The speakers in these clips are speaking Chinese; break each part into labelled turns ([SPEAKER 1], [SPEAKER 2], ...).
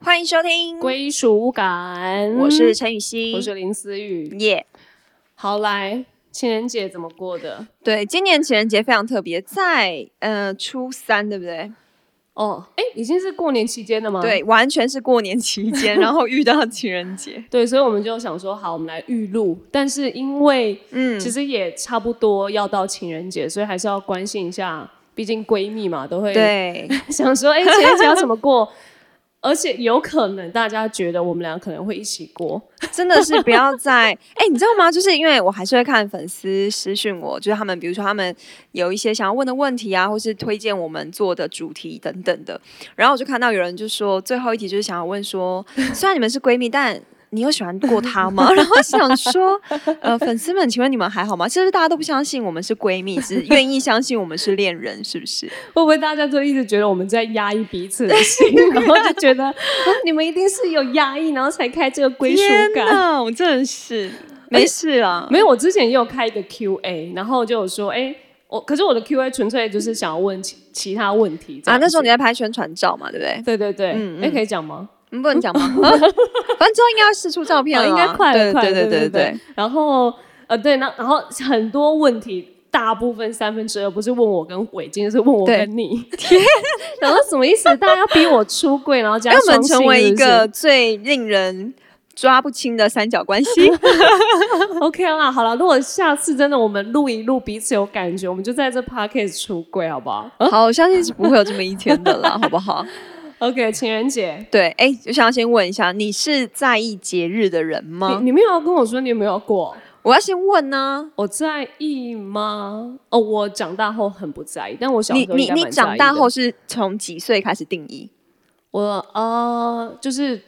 [SPEAKER 1] 欢迎收听，
[SPEAKER 2] 归属感。
[SPEAKER 1] 嗯我是陈雨希，
[SPEAKER 2] 我是林思雨。
[SPEAKER 1] 耶。
[SPEAKER 2] 好来，情人节怎么过的？
[SPEAKER 1] 对，今年情人节非常特别，在呃初三，对不对？
[SPEAKER 2] 哦，哎，已经是过年期间了吗？
[SPEAKER 1] 对，完全是过年期 间，然后遇到情人节。
[SPEAKER 2] 对，所以我们就想说，好，我们来预录。但是因为
[SPEAKER 1] 嗯，
[SPEAKER 2] 其实也差不多要到情人节，所以还是要关心一下，毕竟闺蜜嘛，都会
[SPEAKER 1] 对，
[SPEAKER 2] 想说，哎，情人节要怎么过？而且有可能大家觉得我们俩可能会一起过，
[SPEAKER 1] 真的是不要再哎、你知道吗？就是因为我还是会看粉丝私讯我，就是他们比如说他们有一些想要问的问题啊，或是推荐我们做的主题等等的。然后我就看到有人就说最后一题就是想要问 说，虽然你们是闺蜜，但你有喜欢过他吗？然后想说，呃，粉丝们，请问你们还好吗？是不是大家都不相信我们是闺蜜， 只愿意相信我们是恋人，是不是？
[SPEAKER 2] 会不会大家都一直觉得我们在压抑彼此的心，然后就 觉得、啊、你们一定是有压抑，然后才开这个归属
[SPEAKER 1] 天
[SPEAKER 2] 感？
[SPEAKER 1] 哪，我真的是没事啊，
[SPEAKER 2] 没有，我之前也有开一个 Q&A，然后就有说，哎、我可是我的 Q&A 纯粹就是想要问其其他问题这
[SPEAKER 1] 啊，
[SPEAKER 2] 样
[SPEAKER 1] 那时候
[SPEAKER 2] 子
[SPEAKER 1] 你在拍宣传照嘛，对不对？
[SPEAKER 2] 对对对，哎、
[SPEAKER 1] 嗯嗯
[SPEAKER 2] 可以讲吗？
[SPEAKER 1] 你不能讲吗？ 啊反正之后应该要试出照片
[SPEAKER 2] 哦
[SPEAKER 1] 了啊，
[SPEAKER 2] 应该快了，
[SPEAKER 1] 对
[SPEAKER 2] 快了，
[SPEAKER 1] 对
[SPEAKER 2] 对
[SPEAKER 1] 对
[SPEAKER 2] 对。然后呃，对，那然后很多问题，大部分三分之二不是问我跟伟金，是问我
[SPEAKER 1] 对
[SPEAKER 2] 跟你。 然后什么意思？大家逼我出柜，然后加
[SPEAKER 1] 让哎我
[SPEAKER 2] 双
[SPEAKER 1] 们
[SPEAKER 2] 性
[SPEAKER 1] 成为一
[SPEAKER 2] 是不是
[SPEAKER 1] 个最令人抓不清的三角关 系。
[SPEAKER 2] OK 啦，好了，如果下次真的我们录一录彼此有感觉，我们就在这 podcast 出柜，好不好
[SPEAKER 1] 好，我相信是不会有这么一天的啦，好不 好？
[SPEAKER 2] ？OK，情人节，
[SPEAKER 1] 对，哎，我想要先问一下，你是在意节日的人吗
[SPEAKER 2] 你？你没有要跟我说你有没有过？
[SPEAKER 1] 我要先问呢。
[SPEAKER 2] 我在意吗？哦，我长大后很不在意，但我小
[SPEAKER 1] 你
[SPEAKER 2] 时候应
[SPEAKER 1] 你
[SPEAKER 2] 该
[SPEAKER 1] 你
[SPEAKER 2] 蛮在意
[SPEAKER 1] 长
[SPEAKER 2] 的
[SPEAKER 1] 大后，是从几岁开始定义？
[SPEAKER 2] 我呃，就是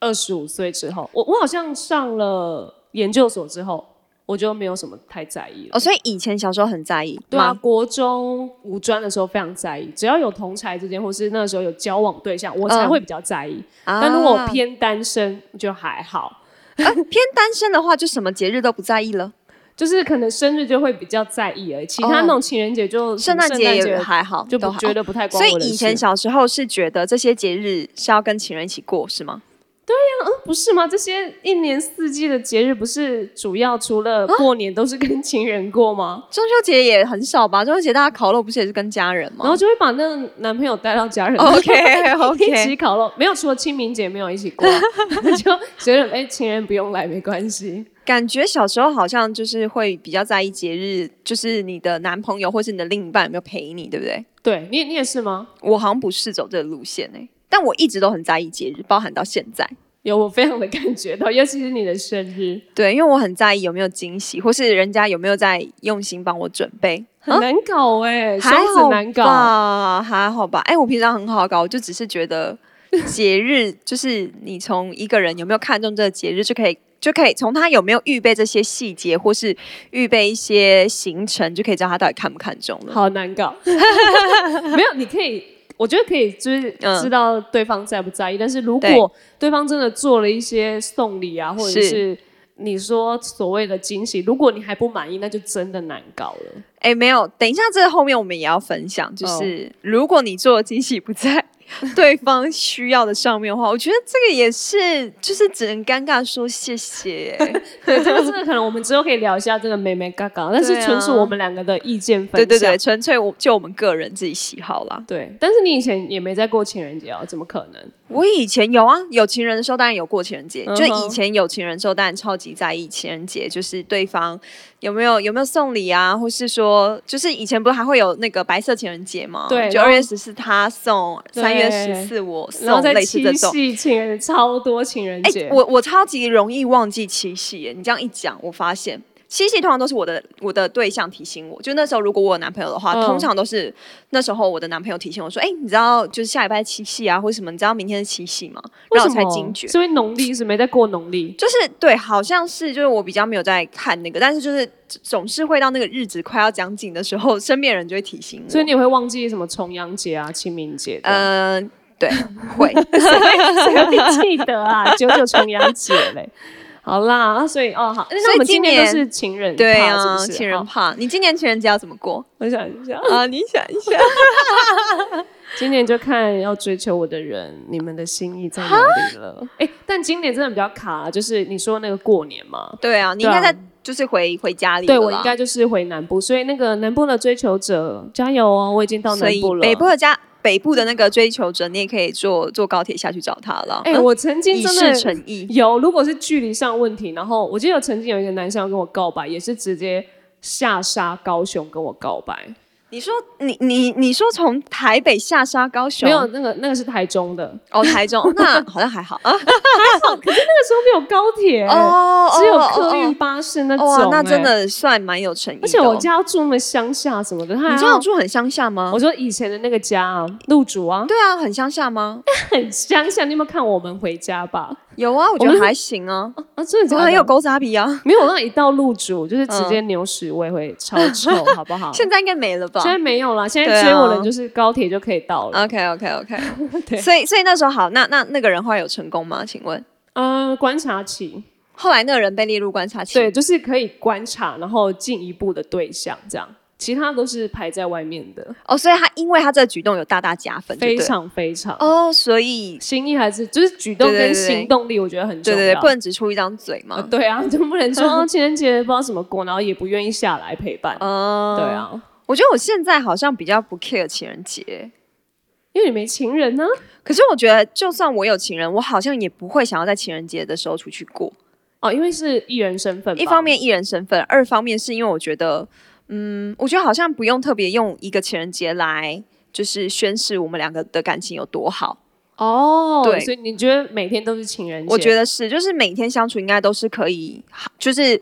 [SPEAKER 2] 二十五岁之后，我我好像上了研究所之后，我就没有什么太在意了。
[SPEAKER 1] 哦，所以以前小时候很在意，
[SPEAKER 2] 对
[SPEAKER 1] 吗，
[SPEAKER 2] 啊，国中五专的时候非常在意，只要有同才之间，或是那时候有交往对象，我才
[SPEAKER 1] 嗯
[SPEAKER 2] 会比较在意。
[SPEAKER 1] 啊
[SPEAKER 2] 但如果偏单身就还好，
[SPEAKER 1] 啊偏单身的话，就什么节日都不在意了，
[SPEAKER 2] 就是可能生日就会比较在意而已，其他那种情人节就
[SPEAKER 1] 哦圣诞节也还好，
[SPEAKER 2] 就
[SPEAKER 1] 都
[SPEAKER 2] 不
[SPEAKER 1] 还
[SPEAKER 2] 觉得不太关
[SPEAKER 1] 所以
[SPEAKER 2] 我的事。
[SPEAKER 1] 以前小
[SPEAKER 2] 想
[SPEAKER 1] 时候是觉得这些节日是要跟情人一起过，是吗？
[SPEAKER 2] 不是吗？这些一年四季的节日不是主要除了过年都是跟情人过吗？
[SPEAKER 1] 中秋节也很少吧？中秋节大家烤肉不是也是跟家人吗？
[SPEAKER 2] 然后就会把那个男朋友带到家 人
[SPEAKER 1] OK
[SPEAKER 2] 一
[SPEAKER 1] OK，
[SPEAKER 2] 起烤肉，没有除了清明节没有一起过 啊，就觉得哎、情人不用来没关系。
[SPEAKER 1] 感觉小时候好像就是会比较在意节日，就是你的男朋友或是你的另一半有没有陪你，对不对？
[SPEAKER 2] 对你你也是吗？
[SPEAKER 1] 我好像不是走这个路线哎、但我一直都很在意节日，包含到现在。
[SPEAKER 2] 有我非常的感觉到，尤其是你的生日，
[SPEAKER 1] 对，因为我很在意有没有惊喜，或是人家有没有在用心帮我准备。
[SPEAKER 2] 很难搞哎、
[SPEAKER 1] 啊还
[SPEAKER 2] 双
[SPEAKER 1] 好
[SPEAKER 2] 子难搞。
[SPEAKER 1] 吧，还好吧。哎、我平常很好搞，我就只是觉得 节日，就是你从一个人有没有看中这个节日，就可以就可以从他有没有预备这些细节，或是预备一些行程，就可以知道他到底看不看中了。
[SPEAKER 2] 好难搞， 没有，你可以，我觉得可以，就是
[SPEAKER 1] 嗯
[SPEAKER 2] 知道对方在不在意。但是如
[SPEAKER 1] 对
[SPEAKER 2] 果对方真的做了一些送礼啊，或者
[SPEAKER 1] 是
[SPEAKER 2] 是你说所谓的惊喜，如果你还不满意，那就真的难搞 了。
[SPEAKER 1] 哎、没有，等一下，这后面我们也要分享，
[SPEAKER 2] 哦
[SPEAKER 1] 就是、如果你做的惊喜不在对方需要的上面的话，我觉得这个也是，就是只能尴尬说谢 谢、哎
[SPEAKER 2] 对，这个真的可能我们之后可以聊一下这个美美嘎嘎，但是
[SPEAKER 1] 对啊
[SPEAKER 2] 纯属我们两个的意见分
[SPEAKER 1] 对
[SPEAKER 2] 享。
[SPEAKER 1] 对对，纯粹我就我们个人自己喜好啦。
[SPEAKER 2] 对但是你以前也没在过情人节啊，怎么可能？
[SPEAKER 1] 我以前有啊，有情人的时候当然有过情人节
[SPEAKER 2] 嗯哼
[SPEAKER 1] 就是以前有情人的时候，当然超级在意情人节，就是对方有没有有没有送礼啊，或是说，就是以前不是还会有那个白色情人节吗？
[SPEAKER 2] 对
[SPEAKER 1] 就
[SPEAKER 2] 然
[SPEAKER 1] 二
[SPEAKER 2] 后
[SPEAKER 1] 月十四他送，
[SPEAKER 2] 对
[SPEAKER 1] 三月十四我
[SPEAKER 2] 然后
[SPEAKER 1] 送，
[SPEAKER 2] 在
[SPEAKER 1] 类似
[SPEAKER 2] 七
[SPEAKER 1] 这种。
[SPEAKER 2] 夕情人节超多情人
[SPEAKER 1] 哎、
[SPEAKER 2] 节，
[SPEAKER 1] 我我超级容易忘记七夕耶，你这样一讲，我发现。七夕通常都是我的我的对象提醒我，就那时候如果我有男朋友的话，
[SPEAKER 2] 嗯
[SPEAKER 1] 通常都是那时候我的男朋友提醒我说：“哎、你知道就是下礼拜七夕啊，或什么？你知道明天是七夕吗？”
[SPEAKER 2] 为
[SPEAKER 1] 然
[SPEAKER 2] 什
[SPEAKER 1] 后我
[SPEAKER 2] 么
[SPEAKER 1] 才惊觉，
[SPEAKER 2] 是因为农历是没在过农历。
[SPEAKER 1] 就是对，好像是就是我比较没有在看那个，但是就是总是会到那个日子快要将近的时候，身边人就会提醒我。
[SPEAKER 2] 所以你也会忘记什么重阳节啊、清明节的，
[SPEAKER 1] 嗯、 对，会
[SPEAKER 2] 谁会记得啊？九九重阳节嘞。好啦，啊所以哦好，
[SPEAKER 1] 所
[SPEAKER 2] 那
[SPEAKER 1] 以
[SPEAKER 2] 我们
[SPEAKER 1] 今
[SPEAKER 2] 今天
[SPEAKER 1] 年
[SPEAKER 2] 都是情人
[SPEAKER 1] 对
[SPEAKER 2] 趴
[SPEAKER 1] 啊，
[SPEAKER 2] 是不是？
[SPEAKER 1] 情人
[SPEAKER 2] 好
[SPEAKER 1] 怕。你今年情人节要怎么过
[SPEAKER 2] 我想一下，
[SPEAKER 1] 啊？你想一下，
[SPEAKER 2] 今年就看要追求我的人，你们的心意在哪里了？哎、但今年真的比较卡、啊就是你说那个过年嘛，
[SPEAKER 1] 对啊，你应
[SPEAKER 2] 对啊
[SPEAKER 1] 该在就是回回家里了
[SPEAKER 2] 对
[SPEAKER 1] 啦，
[SPEAKER 2] 我应该就是回南部，所以那个南部的追求者加油哦，我已经到
[SPEAKER 1] 所
[SPEAKER 2] 南
[SPEAKER 1] 以
[SPEAKER 2] 部了。
[SPEAKER 1] 北部的家北部的那个追求者，你也可以坐坐高铁下去找他了。
[SPEAKER 2] 哎、
[SPEAKER 1] 嗯
[SPEAKER 2] 我曾经
[SPEAKER 1] 以
[SPEAKER 2] 真
[SPEAKER 1] 示
[SPEAKER 2] 的
[SPEAKER 1] 诚意，
[SPEAKER 2] 有，如果是距离上问题，然后我记得有曾经有一个男生要跟我告白，也是直接下沙高雄跟我告白，
[SPEAKER 1] 你说你你你说从台北下沙高雄，
[SPEAKER 2] 没有那个那个是台中的，
[SPEAKER 1] 哦台中， 哦那好像还好啊。
[SPEAKER 2] 那时候没有高铁、
[SPEAKER 1] 哦
[SPEAKER 2] 只有客运巴士那种、
[SPEAKER 1] 哇，那
[SPEAKER 2] 哎
[SPEAKER 1] 真，的算蛮有诚意的哦。
[SPEAKER 2] 而且我家住那么乡下什么的，他
[SPEAKER 1] 你知道我住很乡下吗
[SPEAKER 2] 我？说以前的那个家啊，路主啊，
[SPEAKER 1] 对啊，很乡下吗？
[SPEAKER 2] 很乡下。你有没有看我们回家吧？
[SPEAKER 1] 有啊，我觉得还行啊，
[SPEAKER 2] 啊，真的假
[SPEAKER 1] 我
[SPEAKER 2] 的
[SPEAKER 1] 很有狗杂比啊。
[SPEAKER 2] 没有，那一到路主就是直接牛屎味会超臭，好不好？
[SPEAKER 1] 现在应该没了吧
[SPEAKER 2] 现在没有啦，现
[SPEAKER 1] 对
[SPEAKER 2] 在
[SPEAKER 1] 啊
[SPEAKER 2] 追我的就是高铁就可以到了。
[SPEAKER 1] ？OK OK OK，
[SPEAKER 2] 对，
[SPEAKER 1] 所以所以那时候好，那那那个人后来有成功吗？请问
[SPEAKER 2] 嗯、观察期，
[SPEAKER 1] 后来那个人被列入观察期？
[SPEAKER 2] 对，就是可以观察，然后进一步的对象这样，其他都是排在外面的，
[SPEAKER 1] 哦，所以他因为他这个举动有大大加分，就对
[SPEAKER 2] 非
[SPEAKER 1] 了
[SPEAKER 2] 常非常。
[SPEAKER 1] 哦，所以
[SPEAKER 2] 心意还是就是举动
[SPEAKER 1] 对对对
[SPEAKER 2] 跟
[SPEAKER 1] 对
[SPEAKER 2] 行动力，我觉得很重
[SPEAKER 1] 对对
[SPEAKER 2] 要。
[SPEAKER 1] 对，不嗯能只出一张嘴嘛。
[SPEAKER 2] 啊对啊，就不能说哦情人节不知道什么过，然后也不愿意下来陪伴。
[SPEAKER 1] 哦、
[SPEAKER 2] 对，啊，
[SPEAKER 1] 我觉得我现在好像比较不 care 情人节，
[SPEAKER 2] 因为你没情人呢、
[SPEAKER 1] 可是我觉得就算我有情人，我好像也不会想要在情人节的时候出去过。
[SPEAKER 2] 哦，因为是艺人身份吧，
[SPEAKER 1] 一方面艺人身份，二方面是因为我觉得，嗯，我觉得好像不用特别用一个情人节来就是宣示我们两个的感情有多好。
[SPEAKER 2] 哦，
[SPEAKER 1] 对
[SPEAKER 2] 所以你觉得每天都是情人节？
[SPEAKER 1] 我觉得是，就是每天相处应该都是可以，就是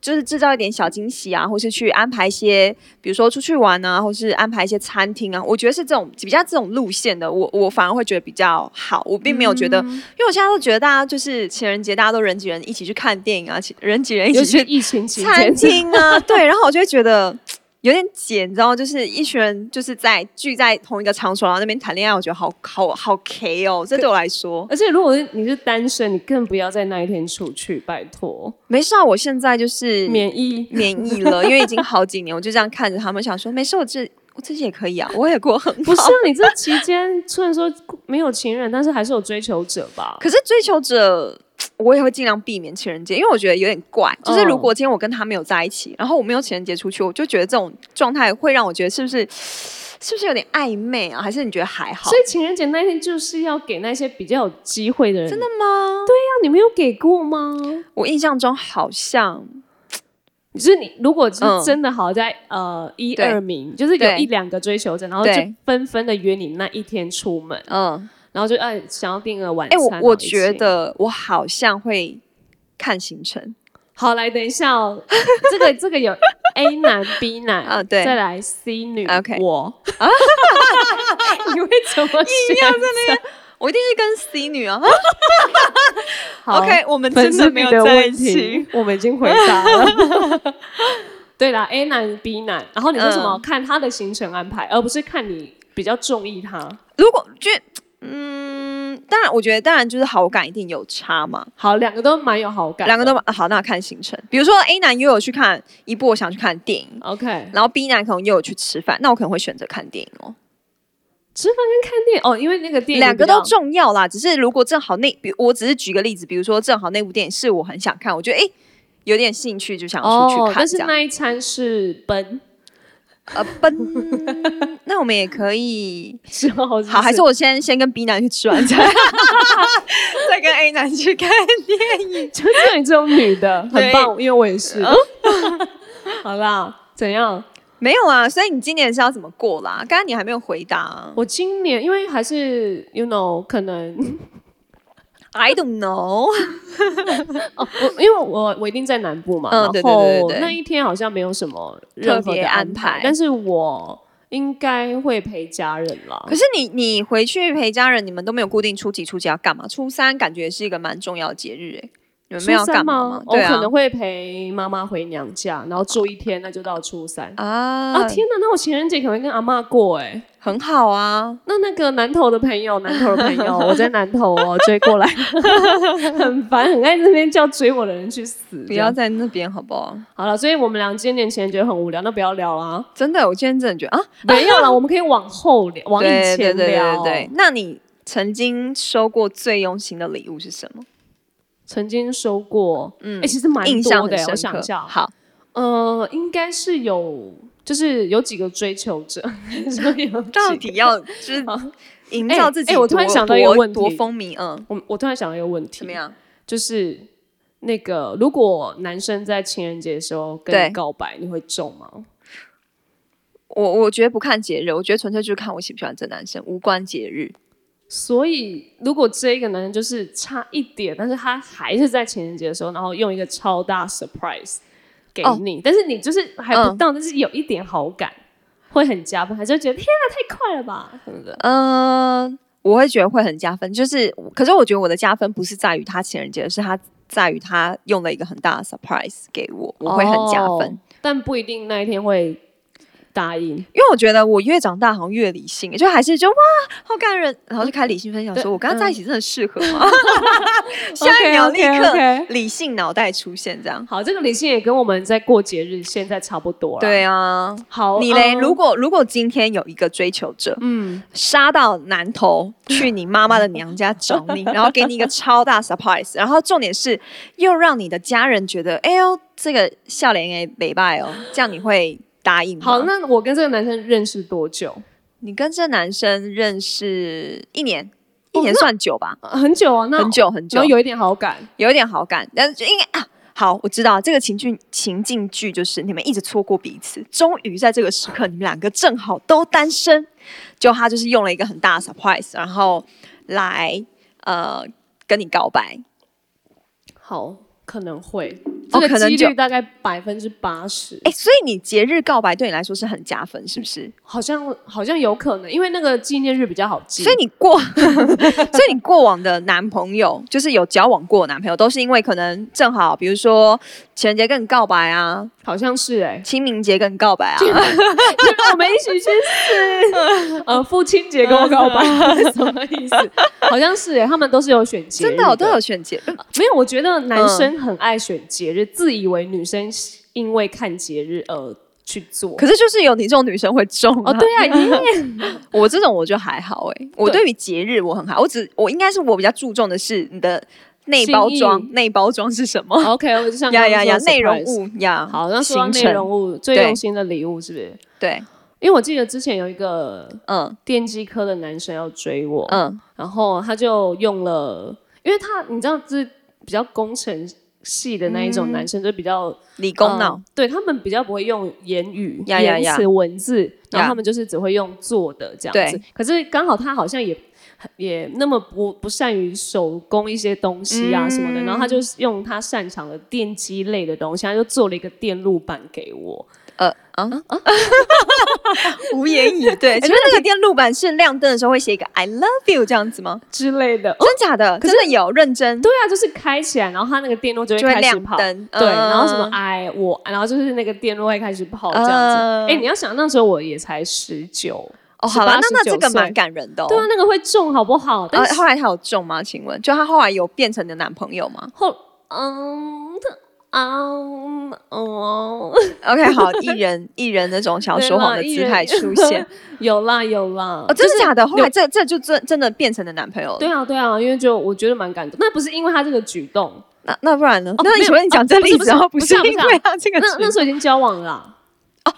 [SPEAKER 1] 就是制造一点小惊喜啊，或是去安排一些，比如说出去玩啊，或是安排一些餐厅啊。我觉得是这种比较这种路线的，我我反而会觉得比较好。我并没有觉
[SPEAKER 2] 嗯
[SPEAKER 1] 得，因为我现在都觉得大家就是情人节，大家都人挤人一起去看电影啊，起人挤人一
[SPEAKER 2] 尤
[SPEAKER 1] 起
[SPEAKER 2] 其
[SPEAKER 1] 去
[SPEAKER 2] 是疫情期
[SPEAKER 1] 餐
[SPEAKER 2] 间，
[SPEAKER 1] 厅啊，对，然后我就会觉得有点解，你知道吗，就是一群人就是在聚在同一个场所，然后那边谈恋爱，我觉得好好好 K 哦，这对我来说
[SPEAKER 2] 而且如果是你是单身，你更不要在那一天出去，拜托，
[SPEAKER 1] 没事啊，我现在就是
[SPEAKER 2] 免疫。
[SPEAKER 1] 免疫了，因为已经好几年，我就这样看着他们，想说没事，我自我自己也可以啊，我也过 很
[SPEAKER 2] 不是
[SPEAKER 1] 好。
[SPEAKER 2] 啊你这期间虽然说没有情人，但是还是有追求者吧？
[SPEAKER 1] 可是追求者，我也会尽量避免情人节，因为我觉得有点怪。就是如果今天我跟他没有在一起，然后我没有情人节出去，我就觉得这种状态会让我觉得是不是是不是有点暧昧啊？还是你觉得还好
[SPEAKER 2] 所？以情人节那一天就是要给那些比较有机会的人。真的吗？
[SPEAKER 1] 吗？
[SPEAKER 2] 你没有给过吗？
[SPEAKER 1] 我印象中好像
[SPEAKER 2] 就是你如果是
[SPEAKER 1] 嗯
[SPEAKER 2] 真的好在、呃一
[SPEAKER 1] 对
[SPEAKER 2] 二名，就是有
[SPEAKER 1] 对
[SPEAKER 2] 一两个追求者，然后就
[SPEAKER 1] 对
[SPEAKER 2] 纷纷的约你那一天出门，
[SPEAKER 1] 嗯，
[SPEAKER 2] 然后就哎想要订个晚
[SPEAKER 1] 哎、
[SPEAKER 2] 餐。
[SPEAKER 1] 我
[SPEAKER 2] 然后
[SPEAKER 1] 我
[SPEAKER 2] 一起
[SPEAKER 1] 觉得我好像会看行程，
[SPEAKER 2] 好来，等一下哦， 这个这个有 A 男 B 男
[SPEAKER 1] 啊对
[SPEAKER 2] 再来 C 女
[SPEAKER 1] OK
[SPEAKER 2] 我，你会怎么选择？
[SPEAKER 1] 我一定是跟 C 女啊。
[SPEAKER 2] 好
[SPEAKER 1] OK，我们
[SPEAKER 2] 粉
[SPEAKER 1] 真
[SPEAKER 2] 丝
[SPEAKER 1] 没有
[SPEAKER 2] 的
[SPEAKER 1] 在一
[SPEAKER 2] 问
[SPEAKER 1] 起
[SPEAKER 2] 题。，我们已经回答了。 对啦，A 男 B 男，然后你为什么
[SPEAKER 1] 嗯
[SPEAKER 2] 看他的行程安排，而不是看你比较中意他？
[SPEAKER 1] 如果就嗯，当然，我觉得当然就是好感一定有差嘛，
[SPEAKER 2] 好，两个都蛮有好感的，
[SPEAKER 1] 两个都蛮好。那看行程，比如说 A 男约我去看一部我想去看的电影，
[SPEAKER 2] OK。
[SPEAKER 1] 然后 B 男可能约我去吃饭，那我可能会选择看电影哦。
[SPEAKER 2] 吃饭跟看电影哦，因为那个电影
[SPEAKER 1] 两个
[SPEAKER 2] 比较
[SPEAKER 1] 都重要啦，只是如果正好那，比我只是举个例子，比如说正好那部电影是我很想看，我觉得诶有点兴趣，就想出
[SPEAKER 2] 哦
[SPEAKER 1] 去，看
[SPEAKER 2] 但是
[SPEAKER 1] 这样。
[SPEAKER 2] 那一餐是奔，
[SPEAKER 1] 呃，奔， 那我们也可 以。
[SPEAKER 2] 是吗好
[SPEAKER 1] 好，还是
[SPEAKER 2] 我
[SPEAKER 1] 我先先跟 B 男去吃完再， 再跟 A 男去看电影。
[SPEAKER 2] 就像你这种女的，
[SPEAKER 1] 对嗯
[SPEAKER 2] 很棒，因为我也是。 好啦，怎样？
[SPEAKER 1] 没有啊，所以你今年是要怎么过啦？刚刚你还没有回答啊、
[SPEAKER 2] 我今年因为还是 you know 可能
[SPEAKER 1] I don't know。
[SPEAKER 2] 嗯哦，我因为我我一定在南部嘛，
[SPEAKER 1] 嗯
[SPEAKER 2] 然
[SPEAKER 1] 对对对对
[SPEAKER 2] 后
[SPEAKER 1] 对
[SPEAKER 2] 那一天好像没有什么任
[SPEAKER 1] 特
[SPEAKER 2] 何
[SPEAKER 1] 别
[SPEAKER 2] 的
[SPEAKER 1] 安
[SPEAKER 2] 安
[SPEAKER 1] 排
[SPEAKER 2] 但是我应该会陪家人啦
[SPEAKER 1] 可。是你你回去陪家人，你们都没有固定初几初几要干嘛？初三感觉也是一个蛮重要的节日、欸，你们
[SPEAKER 2] 初
[SPEAKER 1] 没有
[SPEAKER 2] 三
[SPEAKER 1] 干嘛
[SPEAKER 2] 吗
[SPEAKER 1] 吗？？
[SPEAKER 2] 我
[SPEAKER 1] 对啊，
[SPEAKER 2] 可能会陪妈妈回娘家，然后住一天，那就到初三。
[SPEAKER 1] 啊
[SPEAKER 2] 啊天哪！那我情人节可能会跟阿妈过哎、欸
[SPEAKER 1] 很好啊，
[SPEAKER 2] 那那个南投的朋友，南投的朋友，我在南投哦，追过来， 很烦，很爱那边叫追我的人去死。
[SPEAKER 1] 不
[SPEAKER 2] 这样
[SPEAKER 1] 要在那边好不好？
[SPEAKER 2] 好了，所以我们俩今年情人节很无聊，那不要聊了啊。
[SPEAKER 1] 真的，我今天真的觉得啊，
[SPEAKER 2] 没有了，我们可以往后聊，往以
[SPEAKER 1] 对对
[SPEAKER 2] 前
[SPEAKER 1] 对
[SPEAKER 2] 聊。
[SPEAKER 1] 对对。那你曾经收过最用心的礼物是什么？
[SPEAKER 2] 曾经收过，
[SPEAKER 1] 嗯
[SPEAKER 2] 嗯，哎，其实蛮
[SPEAKER 1] 印象很
[SPEAKER 2] 多的
[SPEAKER 1] 深
[SPEAKER 2] 欸，
[SPEAKER 1] 刻。
[SPEAKER 2] 我想一下，
[SPEAKER 1] 好，
[SPEAKER 2] 呃，应该是有，就是有几个追求者， 所以有几
[SPEAKER 1] 到底要就是
[SPEAKER 2] 好
[SPEAKER 1] 营
[SPEAKER 2] 哎
[SPEAKER 1] 造自己
[SPEAKER 2] 哎
[SPEAKER 1] 多。
[SPEAKER 2] 我突然想到一个
[SPEAKER 1] 多
[SPEAKER 2] 问
[SPEAKER 1] 多
[SPEAKER 2] 题
[SPEAKER 1] 风靡，嗯，
[SPEAKER 2] 我我突然想到一个问题，
[SPEAKER 1] 怎么？样？
[SPEAKER 2] 就是那个，如果男生在情人节的时候跟
[SPEAKER 1] 对
[SPEAKER 2] 你告白，你会中吗？
[SPEAKER 1] 我我觉得不看节日，我觉得纯粹就是看我喜不喜欢这男生，无关节日。
[SPEAKER 2] 所以，如果这一个男人就是差一点，但是他还是在情人节的时候，然后用一个超大 surprise 给
[SPEAKER 1] 哦
[SPEAKER 2] 你，但是你就是还不到，但是有一点好感，会很加分，还是会觉得天啊，太快了吧什么的。
[SPEAKER 1] 嗯，我会觉得会很加分，就是，可是我觉得我的加分不是在于他情人节，是他在于他用了一个很大的 surprise 给我，我会很加分。
[SPEAKER 2] 哦但不一定那一天会答
[SPEAKER 1] 因
[SPEAKER 2] 应。
[SPEAKER 1] 为我觉得我越长大好像越理性，就还是就哇好感人，然后就开理性分享
[SPEAKER 2] 对嗯
[SPEAKER 1] 说，我跟他在一起真的适合 吗？下一
[SPEAKER 2] OK，
[SPEAKER 1] 秒立
[SPEAKER 2] OK，OK
[SPEAKER 1] 刻理性脑袋出现这样。
[SPEAKER 2] 好，这个理性也跟我们在过节日现在差不多了。，
[SPEAKER 1] 对啊，
[SPEAKER 2] 好，
[SPEAKER 1] 你嘞？
[SPEAKER 2] 嗯
[SPEAKER 1] 如果如果今天有一个追求者，
[SPEAKER 2] 嗯，
[SPEAKER 1] 杀到南 头去你妈妈的娘家找你，然后给你一个超大 surprise，然后重点是又让你的家人觉得，哎呦，这个笑脸哎北拜哦，这样你会答应吗？
[SPEAKER 2] 好，那我跟这个男生认识多久？
[SPEAKER 1] 你跟这男生认识一年，一
[SPEAKER 2] 哦
[SPEAKER 1] 年算久吧，
[SPEAKER 2] 呃很久啊，那
[SPEAKER 1] 很，久很久
[SPEAKER 2] 然后，有一点好感。
[SPEAKER 1] 有一点好感，但是应该啊。好，我知道这个情境情境剧就是你们一直错过彼此，终于在这个时刻，你们两个正好都单身。就他就是用了一个很大的 surprise，然后来呃跟你告白。
[SPEAKER 2] 好，可能会，这
[SPEAKER 1] 哦
[SPEAKER 2] 个
[SPEAKER 1] 可能
[SPEAKER 2] 几
[SPEAKER 1] 就
[SPEAKER 2] 率大概百分之八十，
[SPEAKER 1] 哎，所以你节日告白对你来说是很加分，是不是？
[SPEAKER 2] 好像好像有可能，因为那个纪念日比较好记。
[SPEAKER 1] 所以你过， 所以你过往的男朋友，就是有交往过的男朋友，都是因为可能正好，比如说情人节跟你告白啊，
[SPEAKER 2] 好像是哎、
[SPEAKER 1] 清明节跟你告白啊，
[SPEAKER 2] 我们一起去 死，呃，父亲节跟我告白 什么意思？好像是哎、他们都是有选节
[SPEAKER 1] 嗯
[SPEAKER 2] 日
[SPEAKER 1] 真的、哦、都有选节日。
[SPEAKER 2] 没有，我觉得男生很爱选节日，自以为女生因为看节日而去做。
[SPEAKER 1] 可是就是有你这种女生会中、啊、
[SPEAKER 2] 哦，对 啊，耶
[SPEAKER 1] 我这种我就还好哎、我
[SPEAKER 2] 对
[SPEAKER 1] 对于节日我很好，我只我应该是我比较注重的是你的内包
[SPEAKER 2] 心哦
[SPEAKER 1] 装，内包装是什么？
[SPEAKER 2] ，OK，我就 像
[SPEAKER 1] 呀
[SPEAKER 2] 刚刚
[SPEAKER 1] 呀
[SPEAKER 2] 说
[SPEAKER 1] 呀，
[SPEAKER 2] 的
[SPEAKER 1] 内容
[SPEAKER 2] surprise。
[SPEAKER 1] 物呀，
[SPEAKER 2] 好，那说到
[SPEAKER 1] 行
[SPEAKER 2] 内
[SPEAKER 1] 程
[SPEAKER 2] 容物，最
[SPEAKER 1] 对
[SPEAKER 2] 用心的礼物是不是？
[SPEAKER 1] 对，
[SPEAKER 2] 因为我记得之前有一个
[SPEAKER 1] 嗯
[SPEAKER 2] 电机科的男生要追我，
[SPEAKER 1] 嗯，
[SPEAKER 2] 然后他就用了，因为他你知道，就是比较工程系的那一
[SPEAKER 1] 嗯
[SPEAKER 2] 种男生，就比较
[SPEAKER 1] 理工脑、
[SPEAKER 2] 呃对他们比较不会用言语、
[SPEAKER 1] 呀呀
[SPEAKER 2] 言
[SPEAKER 1] 呀
[SPEAKER 2] 辞、文字，然后
[SPEAKER 1] 呀
[SPEAKER 2] 他们就是只会用做的这样子
[SPEAKER 1] 对。
[SPEAKER 2] 可是刚好他好像也也那么不不善于手工一些东西啊什么
[SPEAKER 1] 嗯
[SPEAKER 2] 的，然后他就是用他擅长的电机类的东西，他就做了一个电路板给我。
[SPEAKER 1] 呃啊啊， 无言以对。
[SPEAKER 2] 嗯 哎
[SPEAKER 1] 请问那个电路板是亮灯的时候会写一个 “I love you” 这样子吗？
[SPEAKER 2] 之类的，
[SPEAKER 1] 真假的？真的有认真
[SPEAKER 2] 哦对啊，就是开起来，然后它那个电路就会
[SPEAKER 1] 就会
[SPEAKER 2] 开始
[SPEAKER 1] 亮
[SPEAKER 2] 跑，
[SPEAKER 1] 灯
[SPEAKER 2] 对，然后什么
[SPEAKER 1] 嗯
[SPEAKER 2] I 我，然后就是那个电路会开始跑这样子。哎、
[SPEAKER 1] 嗯
[SPEAKER 2] 你要想那时候我也才十九，
[SPEAKER 1] 哦？好了，那那这
[SPEAKER 2] 19
[SPEAKER 1] 个蛮
[SPEAKER 2] 岁
[SPEAKER 1] 感人的、哦。
[SPEAKER 2] 对啊，那个会中好不好？但
[SPEAKER 1] 呃，
[SPEAKER 2] 是
[SPEAKER 1] 后来他有中吗？请问，就他后来有变成你的男朋友吗
[SPEAKER 2] 后嗯嗯嗯，
[SPEAKER 1] ？OK，好，一人一人那种想要
[SPEAKER 2] 对
[SPEAKER 1] 说
[SPEAKER 2] 啦
[SPEAKER 1] 谎的
[SPEAKER 2] 一
[SPEAKER 1] 姿
[SPEAKER 2] 人
[SPEAKER 1] 态出 现。
[SPEAKER 2] 有啦有啦，
[SPEAKER 1] 哦，真的假的？后
[SPEAKER 2] 有
[SPEAKER 1] 来这这就真真的变成了男朋友了。
[SPEAKER 2] 对啊对啊，因为就我觉得蛮感动，那不是因为他这个举动，
[SPEAKER 1] 那那不然呢？
[SPEAKER 2] 哦
[SPEAKER 1] 那
[SPEAKER 2] 没
[SPEAKER 1] 你
[SPEAKER 2] 有
[SPEAKER 1] 请问你讲这
[SPEAKER 2] 哦不是
[SPEAKER 1] 例子，然后
[SPEAKER 2] 不
[SPEAKER 1] 不
[SPEAKER 2] 是
[SPEAKER 1] 是
[SPEAKER 2] 不是
[SPEAKER 1] 因
[SPEAKER 2] 不是
[SPEAKER 1] 为他这个
[SPEAKER 2] 那那
[SPEAKER 1] 举
[SPEAKER 2] 时候已经交往了啦。